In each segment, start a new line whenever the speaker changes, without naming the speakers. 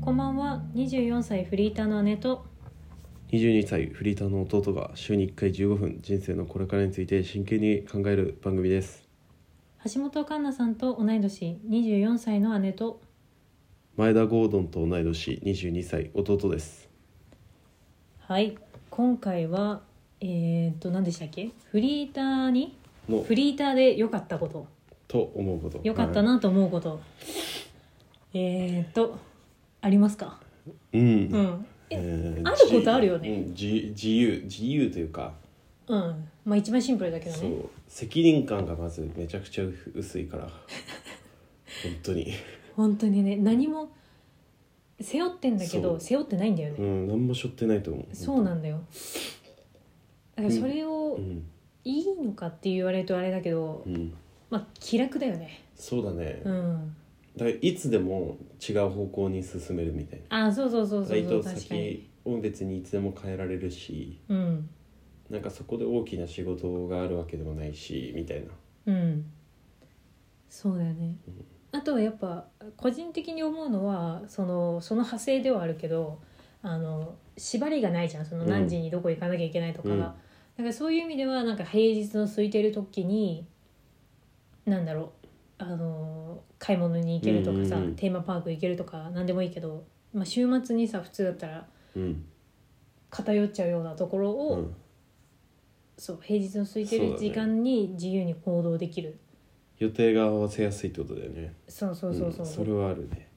こんばんは24歳フリーターの姉と
22歳フリーターの弟が週に1回15分人生のこれからについて真剣に考える番組です
橋本環奈さんと同い年24歳の姉と
前田ゴードンと同い年22歳弟です
はい今回はえー、っと何でしたっけフリーターに
の
フリーターで良かったこと
と思うこと
良かった
は
なと思うこと、えー、っとありますか
いうん、
うんえ
え
あることあるよね
自うん自自由自由というか、
うんまあ一番シンプルだけど
そ
ね
う責任感がまずめちゃくちゃ薄いから本当に
本当にね何も背負ってんだけど
そう
背負ってないんだよね、
うん何もしょってないと思う
そうなんんだよだからそれを、
うん
いいのかって言われるとあれだけど、
うん
まあ気楽だよね
そうだね、
うん
だからいつでも違う方向に進めるみたいな
あそうそうそうそ
バイ
うそ
ト
う確かに
先を別にいつでも変えられるし
うん
なんかそこで大きな仕事があるわけでもないしみたい
う
な
んそうだよね
うん
あとはやっぱ個人的に思うのはそのその派生ではあるけどあの縛りがないじゃんその
うん
何時にどこ行かなきゃいけないとかが、
うん
だからそういう意味ではなんか平日の空いてる時になんだろうあの買い物に行けるとかさ、
うんうんうん
テーマパーク行けるとか何でもいいけど、まあ、週末にさ普通だったら
うん、
偏っちゃうようなところ
う
を、
ん、
そう平日の空いて
そう
る
だね
時間に自由に行動できる
予定が合わせやすいってことだよね
そうそうそうそう、
んそれはあるね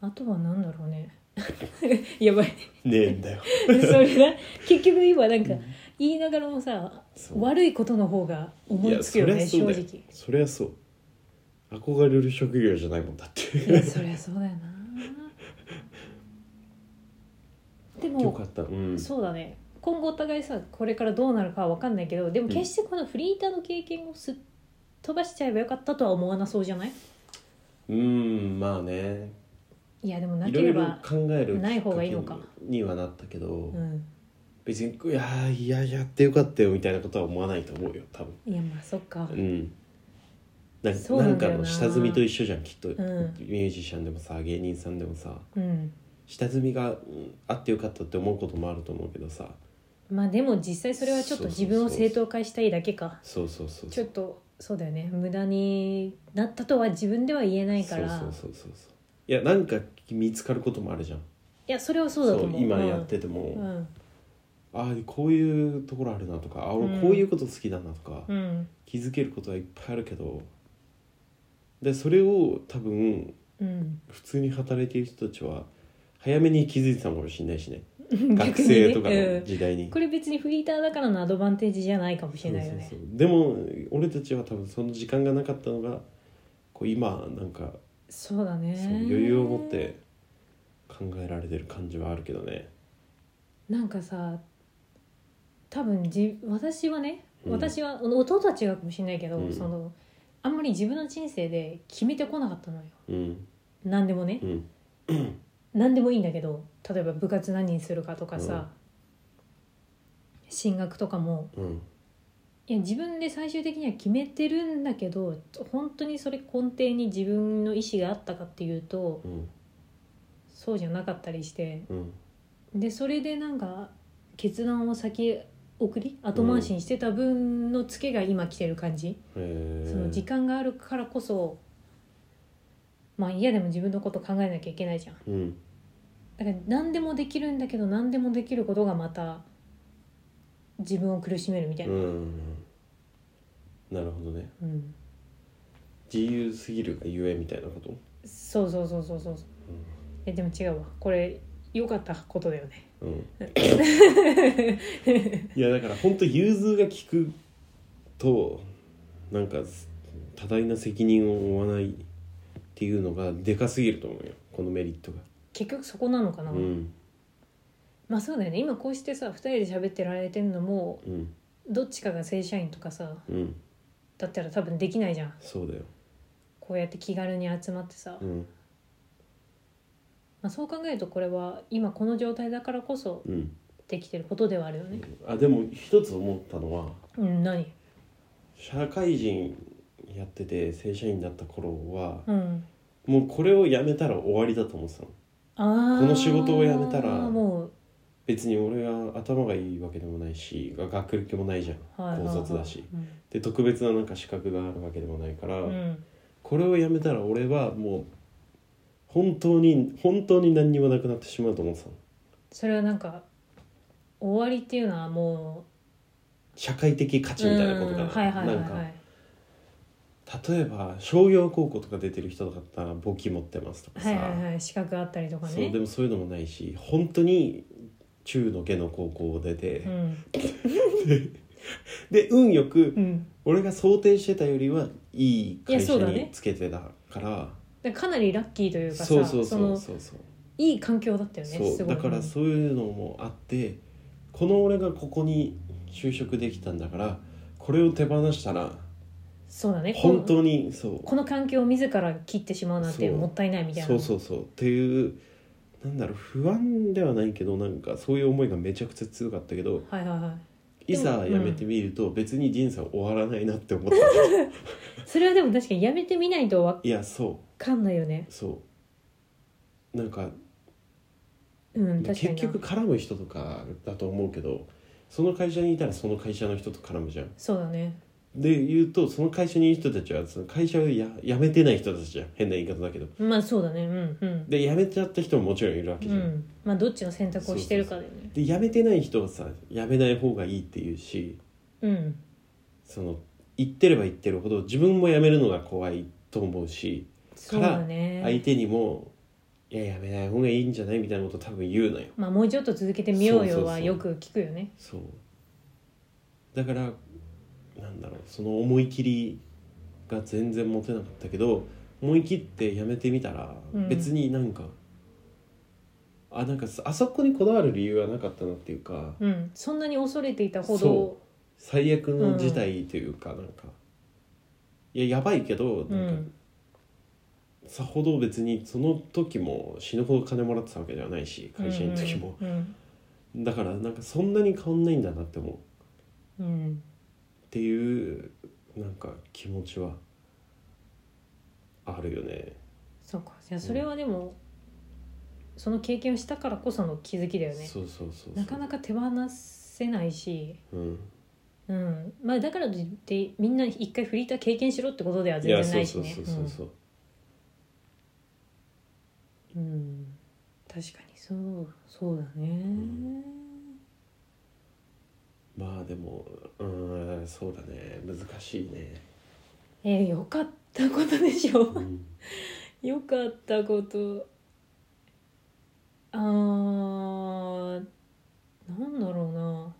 あとは何だろうね やばい
ねえんだよ
それだ結局今なんか言いながらもさ
そう
悪いことの方が思いつくよね正
そりゃそうだよ
直
そりゃそう憧れる職業じゃないもんだっ
いや
て
そりゃそうだよなで
よ
も
かったうん
そうだね今後お互いさこれからどうなるかは分かんないけどでも決してこのフリーターの経験をすっ飛ばしちゃえばよかったとは思わなそうじゃない
うんまあね
いやでもないけ
ろ
れ
いろ
ば
考える
ない方がいいのか
きっけににはなったけど、
うん
別にいやーいややってよかったよみたいなことは思わないと思うよ多分
いやまあそっか
うんな
そうな
なんん
だよ
か
な
の下積みと一緒じゃんきっと、
ん
ミュージシャンでもさ芸人さんでもさ
うん
下積みがうんあってよかったって思うこともあると思うけどさ
まあでも実際それはちょっと自分を正当化したいだけか
そうそうそう
ち
そ
ょ
う
っとそうだよね無駄になったとは自分では言えない
そ
か
う
ら
そうそうそうそういやなんか見つかることもあるじゃん
いやそれはそうだと思う
今やっ、てて
うんう
も、
ん
ああこういうところあるなとかあ
う
俺
ん
こういうこと好きだなとか、
うん
気づけることはいっぱいあるけどでそれを多分
うん、
普通に働いている人たちは早めに気づいてたのかもしれないしね学
逆にね
生とか
う
の
ん
時代に
これ別にフリーターだからのアドバンテージじゃないかもしれないよね
そうそうそうでも俺たちは多分その時間がなかったのがこう今なんか
そうだね
そう余裕を持って考えられてる感じはあるけどね
なんかさ多分じ私はね、
うん
私は弟は違うかもしれないけど、
うん
そのあんまり自分の人生で決めてこなかったのよ
うん
何でもね、
うん
何でもいいんだけど例えば部活何にするかとかさ、
うん
進学とかも
うん
いや自分で最終的には決めてるんだけど本当にそれ根底に自分の意思があったかっていうと
うん
そうじゃなかったりして
うん
でそれでなんか決断を先送り後回しにしてた分のツケが今来てる感じ、
えー
その時間があるからこそまあ嫌でも自分のこと考えなきゃいけないじゃん。
うん
だから何でもできるんだけど何でもできることがまた自分を苦しめるみたいうな、
んなるほどね
うん
自由すぎるがゆえみたいなこと
そうそうそうそうそうえでも違うわこれ良かったことだよね
うん いやだから本当融通が利くとなんか多大な責任を負わないっていうのがでかすぎると思うよこのメリットが
結局そこなのかな、
うん
まあそうだよね今こうしてさ2人で喋ってられてるのも
うん
どっちかが正社員とかさ
うん
だったら多分できないじゃん
そうだよ
こうやって気軽に集まってさ、
うん
まあ、そう考えるとこれは今この状態だからこそ
うん
できてることではあるよね
あでも一つ思ったのは
うん何
社会人やってて正社員だった頃は
うん
もうこれをやめたら終わりだと思ってたの
あー
この仕事を辞めたら
も
別に俺が頭がいいわけでもないしが学歴もないじゃん
う、はいはい
高
はい
卒だしで特別ななんか資格があるわけでもないか
う
ら、
ん、うん
これをやめたら俺はもう本当に本当に何にもなくなってしまうと思ってたの
それはなんか終わりっていうのはも
社会的価
う
値みたいなこと
う
が
んはいはいはい
なん
は
か
い
例えば商業高校とか出てる人とかだったら簿記持ってますとかさ、
はいはいはい資格あったりとか
そう
ね
でもそういうのもないし本当に中の下の高校を出て、
うん
で運よく
うん
俺が想定してたよりはいい会
いや
社
そうだ
に
ね
つけてたから
でかなりラッキーというかさ
そうそうそう
の
そうそう
いい環境だったよね
そ
す
う
ごい
だから
うん
そういうのもあってこの俺がここに就職できたんだからこれを手放したら
そうだねこ
本当にそう
この環境を自ら切ってしまうなんて
そう
もったいないみたいな
そうそうそうっていうなんだろう不安ではないけどなんかそういう思いがめちゃくちゃ強かったけど
はいはいはい
いざ辞めてみると別に人生は終わらないなって 思った
それはでも確かにやめてみないとわ
いやそ
かんないよね
うそうなんか
うん確か
結
にな
局絡む人とかだと思うけどその会社にいたらその会社の人と絡むじゃん
そうだね
で言うとその会社にいる人たちはその会社をや辞めてない人たちじゃん変な言い方だけど
まあそうだねうんうん
で辞めちゃった人ももちろんいるわけ
う
じゃん、
んまあどっちの選択をしてるかだよね
で辞めてない人はさ辞めない方がいいっていうし
うん
その言ってれば言ってるほど自分も辞めるのが怖いと思うし
そうだね
相手にも「いや辞めない方がいいんじゃない?」みたいなこと多分言うのよ
まあもうちょっと続けてみよう
そう
よ
そう
は
そう
よく聞くよね
そうだからなんだろうその思い切りが全然持てなかったけど思い切ってやめてみたら
うん
別になんか、あなんかそあそこにこだわる理由はなかったなっていうか
うんそんなに恐れていたほど
そ最悪の事態というか、なんかいややばいけど
う
なんか
ん
さほど別にその時も死ぬほど金もらってたわけではないし会社の時も、
うん
だからなんかそんなに変わんないんだなって思
う
う。
んうん
っていうなんか気持ちはあるよね
そうかじゃあそれはでもその経験をしたからこその気づきだよね
そうそうそうそう
なかなか手放せないし
うん、
うんまあだからといってみんな一回フリーター経験しろってことではい全
や
然
そ
な
う
いし
そ
ね
うそうそうそう、
うんうん確かにそうそうだね
まあでもうんそうだね難しいね、
えー、よかったことでしょ
うん、
よかったことあーなんだろうな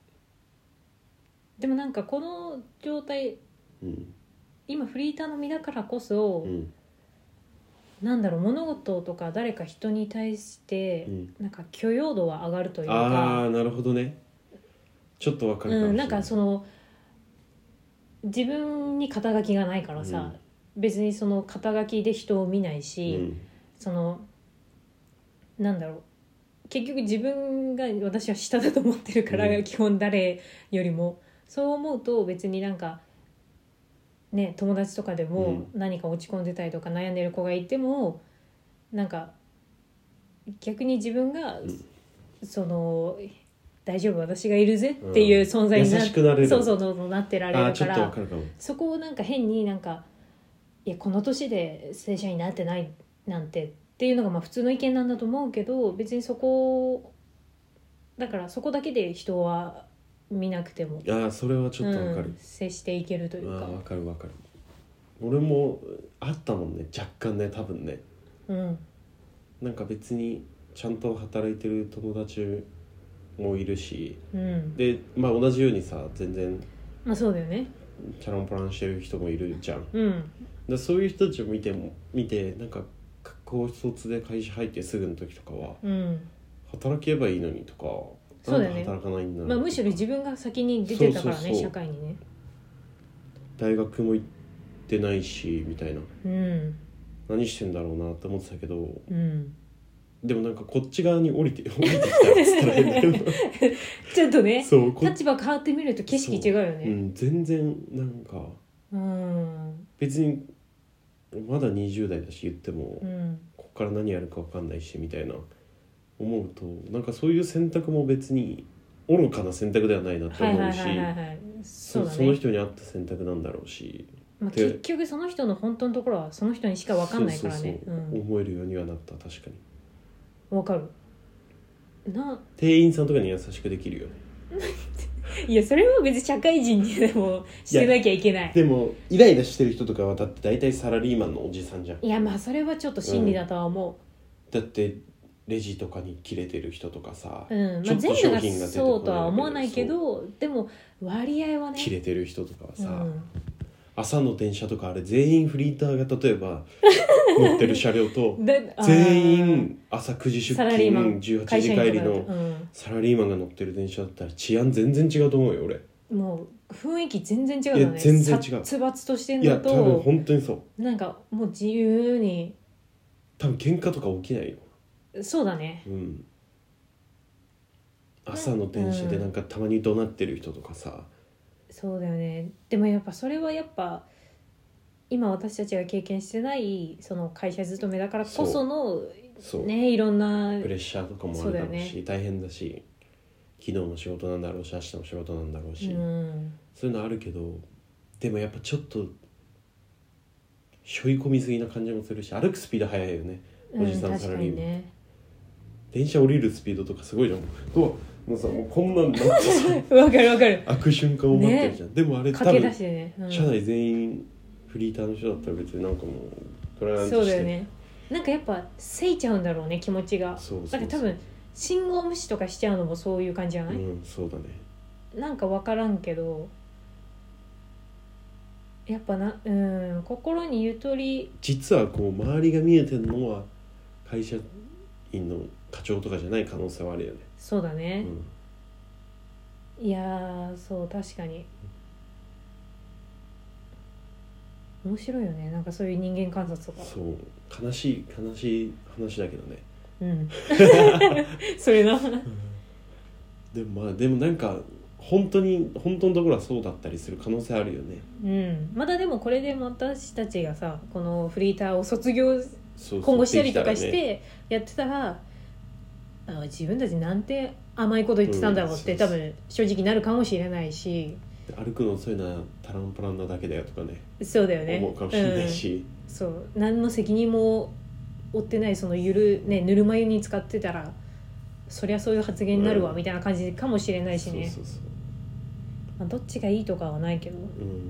でもなんかこの状態
うん
今フリーターの身だからこそ、
うん
なんだろう物事とか誰か人に対して、
うん
なんか許容度は上がるという
あ
か、
あなるほどねちょっとわかる
う
もし
ん、
れ
なんかその自分に肩書きがないからさ、別にその肩書きで人を見ないうし、
ん
そのなんだろう結局自分が私は下だと思ってるから、
うん
基本誰よりもそう思うと別になんかね友達とかでも何か落ち込んでたりとか悩んでる子がいてもなんか逆に自分が、
ん
その大丈夫私がいるぜっていう存在
優
にな,、
しくなれる
そうそうそうそうなってら
あ
れ
あー
る
ち
か
ょっとわ
ら
かるかも
そこをなんか変になんかいやこの年で正社員になってないなんてっていうのがまあ普通の意見なんだと思うけど別にそこをだからそこだけで人は見なくても
ああそれはちょっとわか
う
る
ん、接していけるという
あ
か
あわかるわかる俺もあったもんね若干ね多分ね
うん
なんか別にちゃんと働いてる友達もいるし
うん
でまあ同じようにさ全然
まあそうだよね
チャランポランしてる人もいるじゃん
うん
でそういう人たちを見ても見てなんか高卒で会社入ってすぐの時とかは
うん
働けばいいのにとか
そうだよ
なん
ね
で働かないんだろう
まあむしろ自分が先に出てたからね
そうそうそう
社会にね
大学も行ってないしみたいな
うん
何してんだろうなって思ってたけど
うん
でもなんかこっち側に降りて降りてきたらっつったら変だけ ど
ちょっとね
そうこっ
立場変わってみると景色違うよ
う
ね
ん全然なんか
うん
別にまだ20代だし言っても、
うん
こっから何やるか分かんないしみたいな思うとなんかそういう選択も別に愚かな選択ではないなって
はいは
思
いう
し、
はいはいはいそ
そう
だ
その
ね、
人に合った選択なんだろうし
まあ、
で
結局その人の本当のところはその人にしか分かんないからね
そうそうそう思えるようにはなった確かに
うん、分かるな
店員さんとかに優しくできるよね
いやそれは別に社会人でもしてなきゃいけない
でもイライラしてる人とかはだって大体サラリーマンのおじさんじゃん
いやまあそれはちょっと真理だとは思
だってレジとかに切れてる人とかさ、
う、うん
ち
ま
ょ
あ、
っと
全
商
部が
品が出てこない
そうとは思わないけどでも割合はね
切れてる人とかは
う
さ、
ん、
朝の電車とかあれ全員フリーターが例 えば乗ってる車両と
であー
全員朝9時出
サラリ
勤
ーマン
18
会
時
社員と
帰
か
り
だと
のサラリーマンが乗ってる電車だったら治安全然違うと思うよ俺、
うん、もう雰囲気全然違うよ
いや
ね
全然違う
殺伐としてん
いや
の
多分
と
本当にそう
なんかもう自由に
多分喧嘩とか起きないよ
そうだね
うん朝の電車でなんかたまに怒鳴ってる人とかさ、
そうだよねでもやっぱそれはやっぱ今私たちが経験してないその会社勤めだからこその
そう
ねいろんな
プレッシャーとかもあるだろうし
そうだよ
大変だし昨日も仕事なんだろうし明日も仕事なんだろうし、
うん
そういうのあるけどでもやっぱちょっとしょい込みすぎな感じもするし歩くスピード速いよねおじさん
うん、
サ
確
ラ
か
リーマ
に
ン
ね
電車降りるスピードとかすごいじゃんうわもうさもうこんなんなってさ
わかるわかる
開く瞬間を待ってるじゃん、でもあれ多
駆け出
分
してね、うん
車内全員フリーターの人だったら別になんかもうドラーン
そ
と
う
し
だ
て
よねなんかやっぱせいちゃうんだろうね気持ちが
そうそうそ
だ
う
から多分信号無視とかしちゃうのもそういう感じじゃない、
うんそうだね
なんか分からんけどやっぱなうん心にゆとり
実はこう周りが見えてるのは会社員の課長とかじゃない可能性はあるよね、
そうだ
う
ね、
ん、
いやーそう確かに面白いよねなんかそういう人間観察とか
そう悲しい悲しい話だけどね
うん それな
でもまあでもなんか本当に本当のところはそうだったりする可能性あるよね
うんまだでもこれで私たちがさこのフリーターを卒業
そうそう
今後したりとかし
でき
てやってたらあ自分たちなんて甘いこと言ってたんだろうって、
うんそ
多
うそう
分正直なるかもしれないし
たらね歩くの遅いなタランプランなだけだよとかね
そうだよね
思うかもしれないし、
うんそう何の責任も負ってないそのゆる、ね、ぬるま湯に使ってたらそりゃそういう発言になるわ、
うん
みたいな感じかもしれないしね
そうそう
まあ、どっちがいいとかはないけど
そううん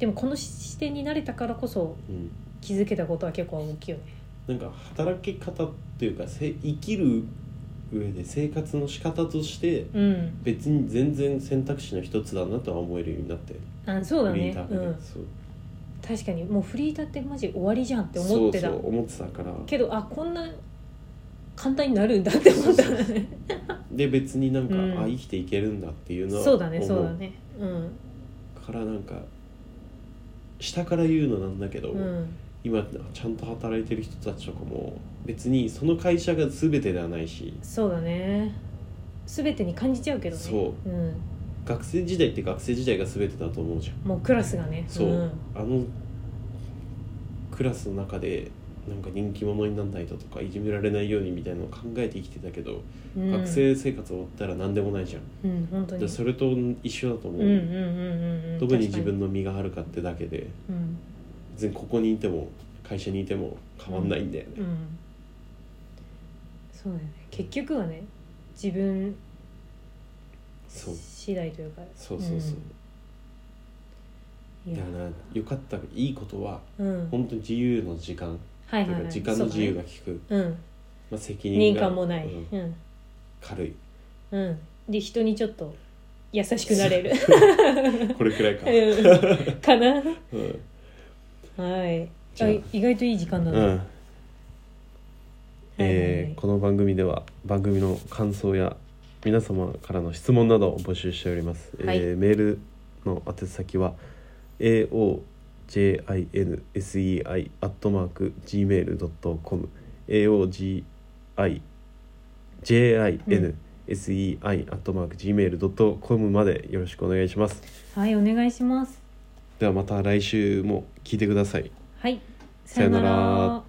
でもこの視点に慣れたからこそ
うん
気づけたことは結構大きいよね
なんか働き方っていうかせ生きる上で生活の仕方として
うん
別に全然選択肢の一つだなとは思えるようになって
あそうだ
フリ
ね
ータ
う
ーで
ん、
そう
確かにもうフリーターってマジ終わりじゃんって思ってた
そうそう思ってたから
けどあこんな簡単になるんだって思った
そう
ね
で別になんか、
うん
あ生きていけるんだっていうのは
そうだね
思
そうだねうん
からなんか下から言うのなんだけど、
うん
今ちゃんと働いてる人たちとかも別にその会社が全てではないし
そうだね全てに感じちゃうけどね、
そう
ん、
学生時代って学生時代が全てだと思うじゃん
もうクラスがね
そう、
ん、
あのクラスの中でなんか人気者にならないととかいじめられないようにみたいなのを考えて生きてたけど、
うん、
学生生活終わったら何でもないじゃん、
うん本当
で
に
それと一緒だと思
う
う、
んうんうんうんうん
特に自
確か
分の身がはるかってだけで
うん
別にここにいても会社にいても変わんないんだよね、
うんそうだよね結局はね自分
そう
次第というか
そうそうそう、
うんい
だ
や
からな良かったいいことは
うん
本当に自由の時間
はい
とい
はい、
うか
はい、
時間の自由が効く、
そうだね
まあ、責
うん
任
任
が
感もない、
うん
うん
軽い
うん、で人にちょっと優しくなれる
これくらい か、
うんかな
うん
はい
じ
あ
ゃあ
意外といい時間だ
う
ね、はい
んえーこの番組では番組の感想や皆様からの質問などを募集しております、
はい
えーメールの宛先は aojinsei.gmail.com aojinsei.gmail.com までよろしくお願いします
はい、はい、お願いします
ではまた来週も聞いてください
はいさよな
さよな
ら
ら